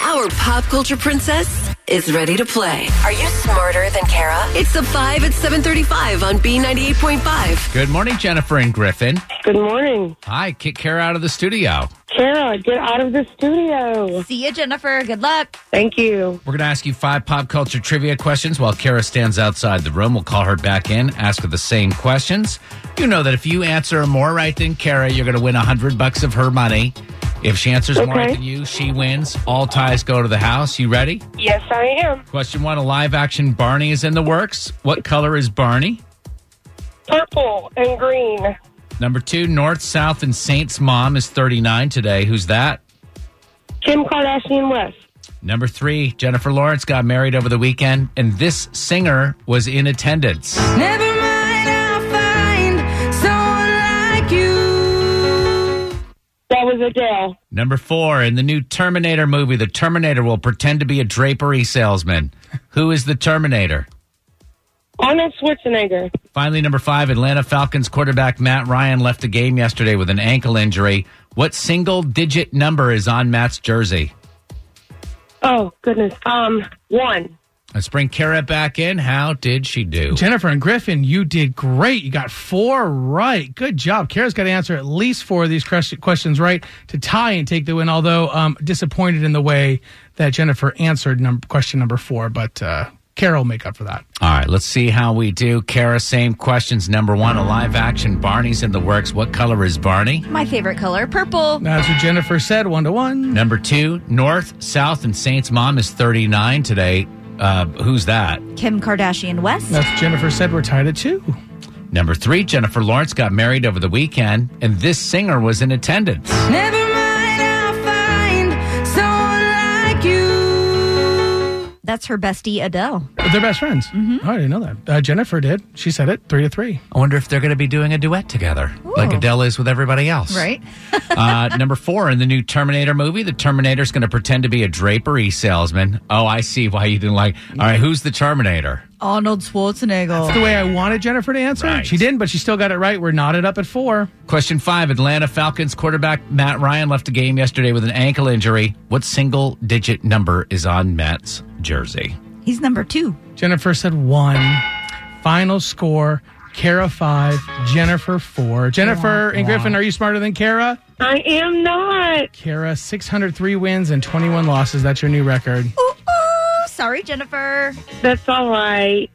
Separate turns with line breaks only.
Our pop culture princess is ready to play.
Are you smarter than Kara?
It's the 5 at 735 on B98.5.
Good morning, Jennifer and Griffin.
Good morning.
Hi, kick Kara out of the studio.
Kara, get out of the studio.
See you, Jennifer. Good luck.
Thank you.
We're going to ask you five pop culture trivia questions while Kara stands outside the room. We'll call her back in, ask her the same questions. You know that if you answer more right than Kara, you're going to win a 100 bucks of her money. If she answers more right
Okay.
than you, she wins. All ties go to the house. You ready?
Yes, I am.
Question one A live action Barney is in the works. What color is Barney?
Purple and green.
Number two, North, South, and Saints mom is 39 today. Who's that?
Kim Kardashian West.
Number three, Jennifer Lawrence got married over the weekend, and this singer was in attendance.
Never mind, I'll find someone like you.
That was Adele.
Number four, in the new Terminator movie, the Terminator will pretend to be a drapery salesman. Who is the Terminator?
Arnold Schwarzenegger.
Finally, number five, Atlanta Falcons quarterback Matt Ryan left the game yesterday with an ankle injury. What single digit number is on Matt's jersey?
Oh, goodness. Um, one.
Let's bring Kara back in. How did she do?
Jennifer and Griffin, you did great. You got four right. Good job. Kara's got to answer at least four of these cres- questions right to tie and take the win. Although um, disappointed in the way that Jennifer answered num- question number four, but uh, Kara will make up for that.
All right, let's see how we do. Kara, same questions. Number one, a live action Barney's in the works. What color is Barney?
My favorite color, purple.
That's what Jennifer said. One to one.
Number two, North, South, and Saints mom is 39 today. Uh, who's that?
Kim Kardashian West.
That's what Jennifer said. We're tied at two.
Number three, Jennifer Lawrence got married over the weekend, and this singer was in attendance.
Never mind, I'll find someone like you.
That's her bestie, Adele.
They're best friends. Oh, I didn't know that. Uh, Jennifer did. She said it. Three to three.
I wonder if they're going to be doing a duet together, like Adele is with everybody else.
Right?
uh, number four, in the new Terminator movie, the Terminator's going to pretend to be a drapery salesman. Oh, I see why you didn't like. All right, who's the Terminator?
Arnold Schwarzenegger.
The way I wanted Jennifer to answer.
Right.
She didn't, but she still got it right. We're knotted up at four.
Question five Atlanta Falcons quarterback Matt Ryan left the game yesterday with an ankle injury. What single digit number is on Matt's jersey?
He's number two.
Jennifer said one. Final score: Kara five, Jennifer four. Jennifer and Griffin, are you smarter than Kara?
I am not.
Kara, six hundred three wins and twenty one losses. That's your new record.
Ooh, ooh. Sorry, Jennifer.
That's all right.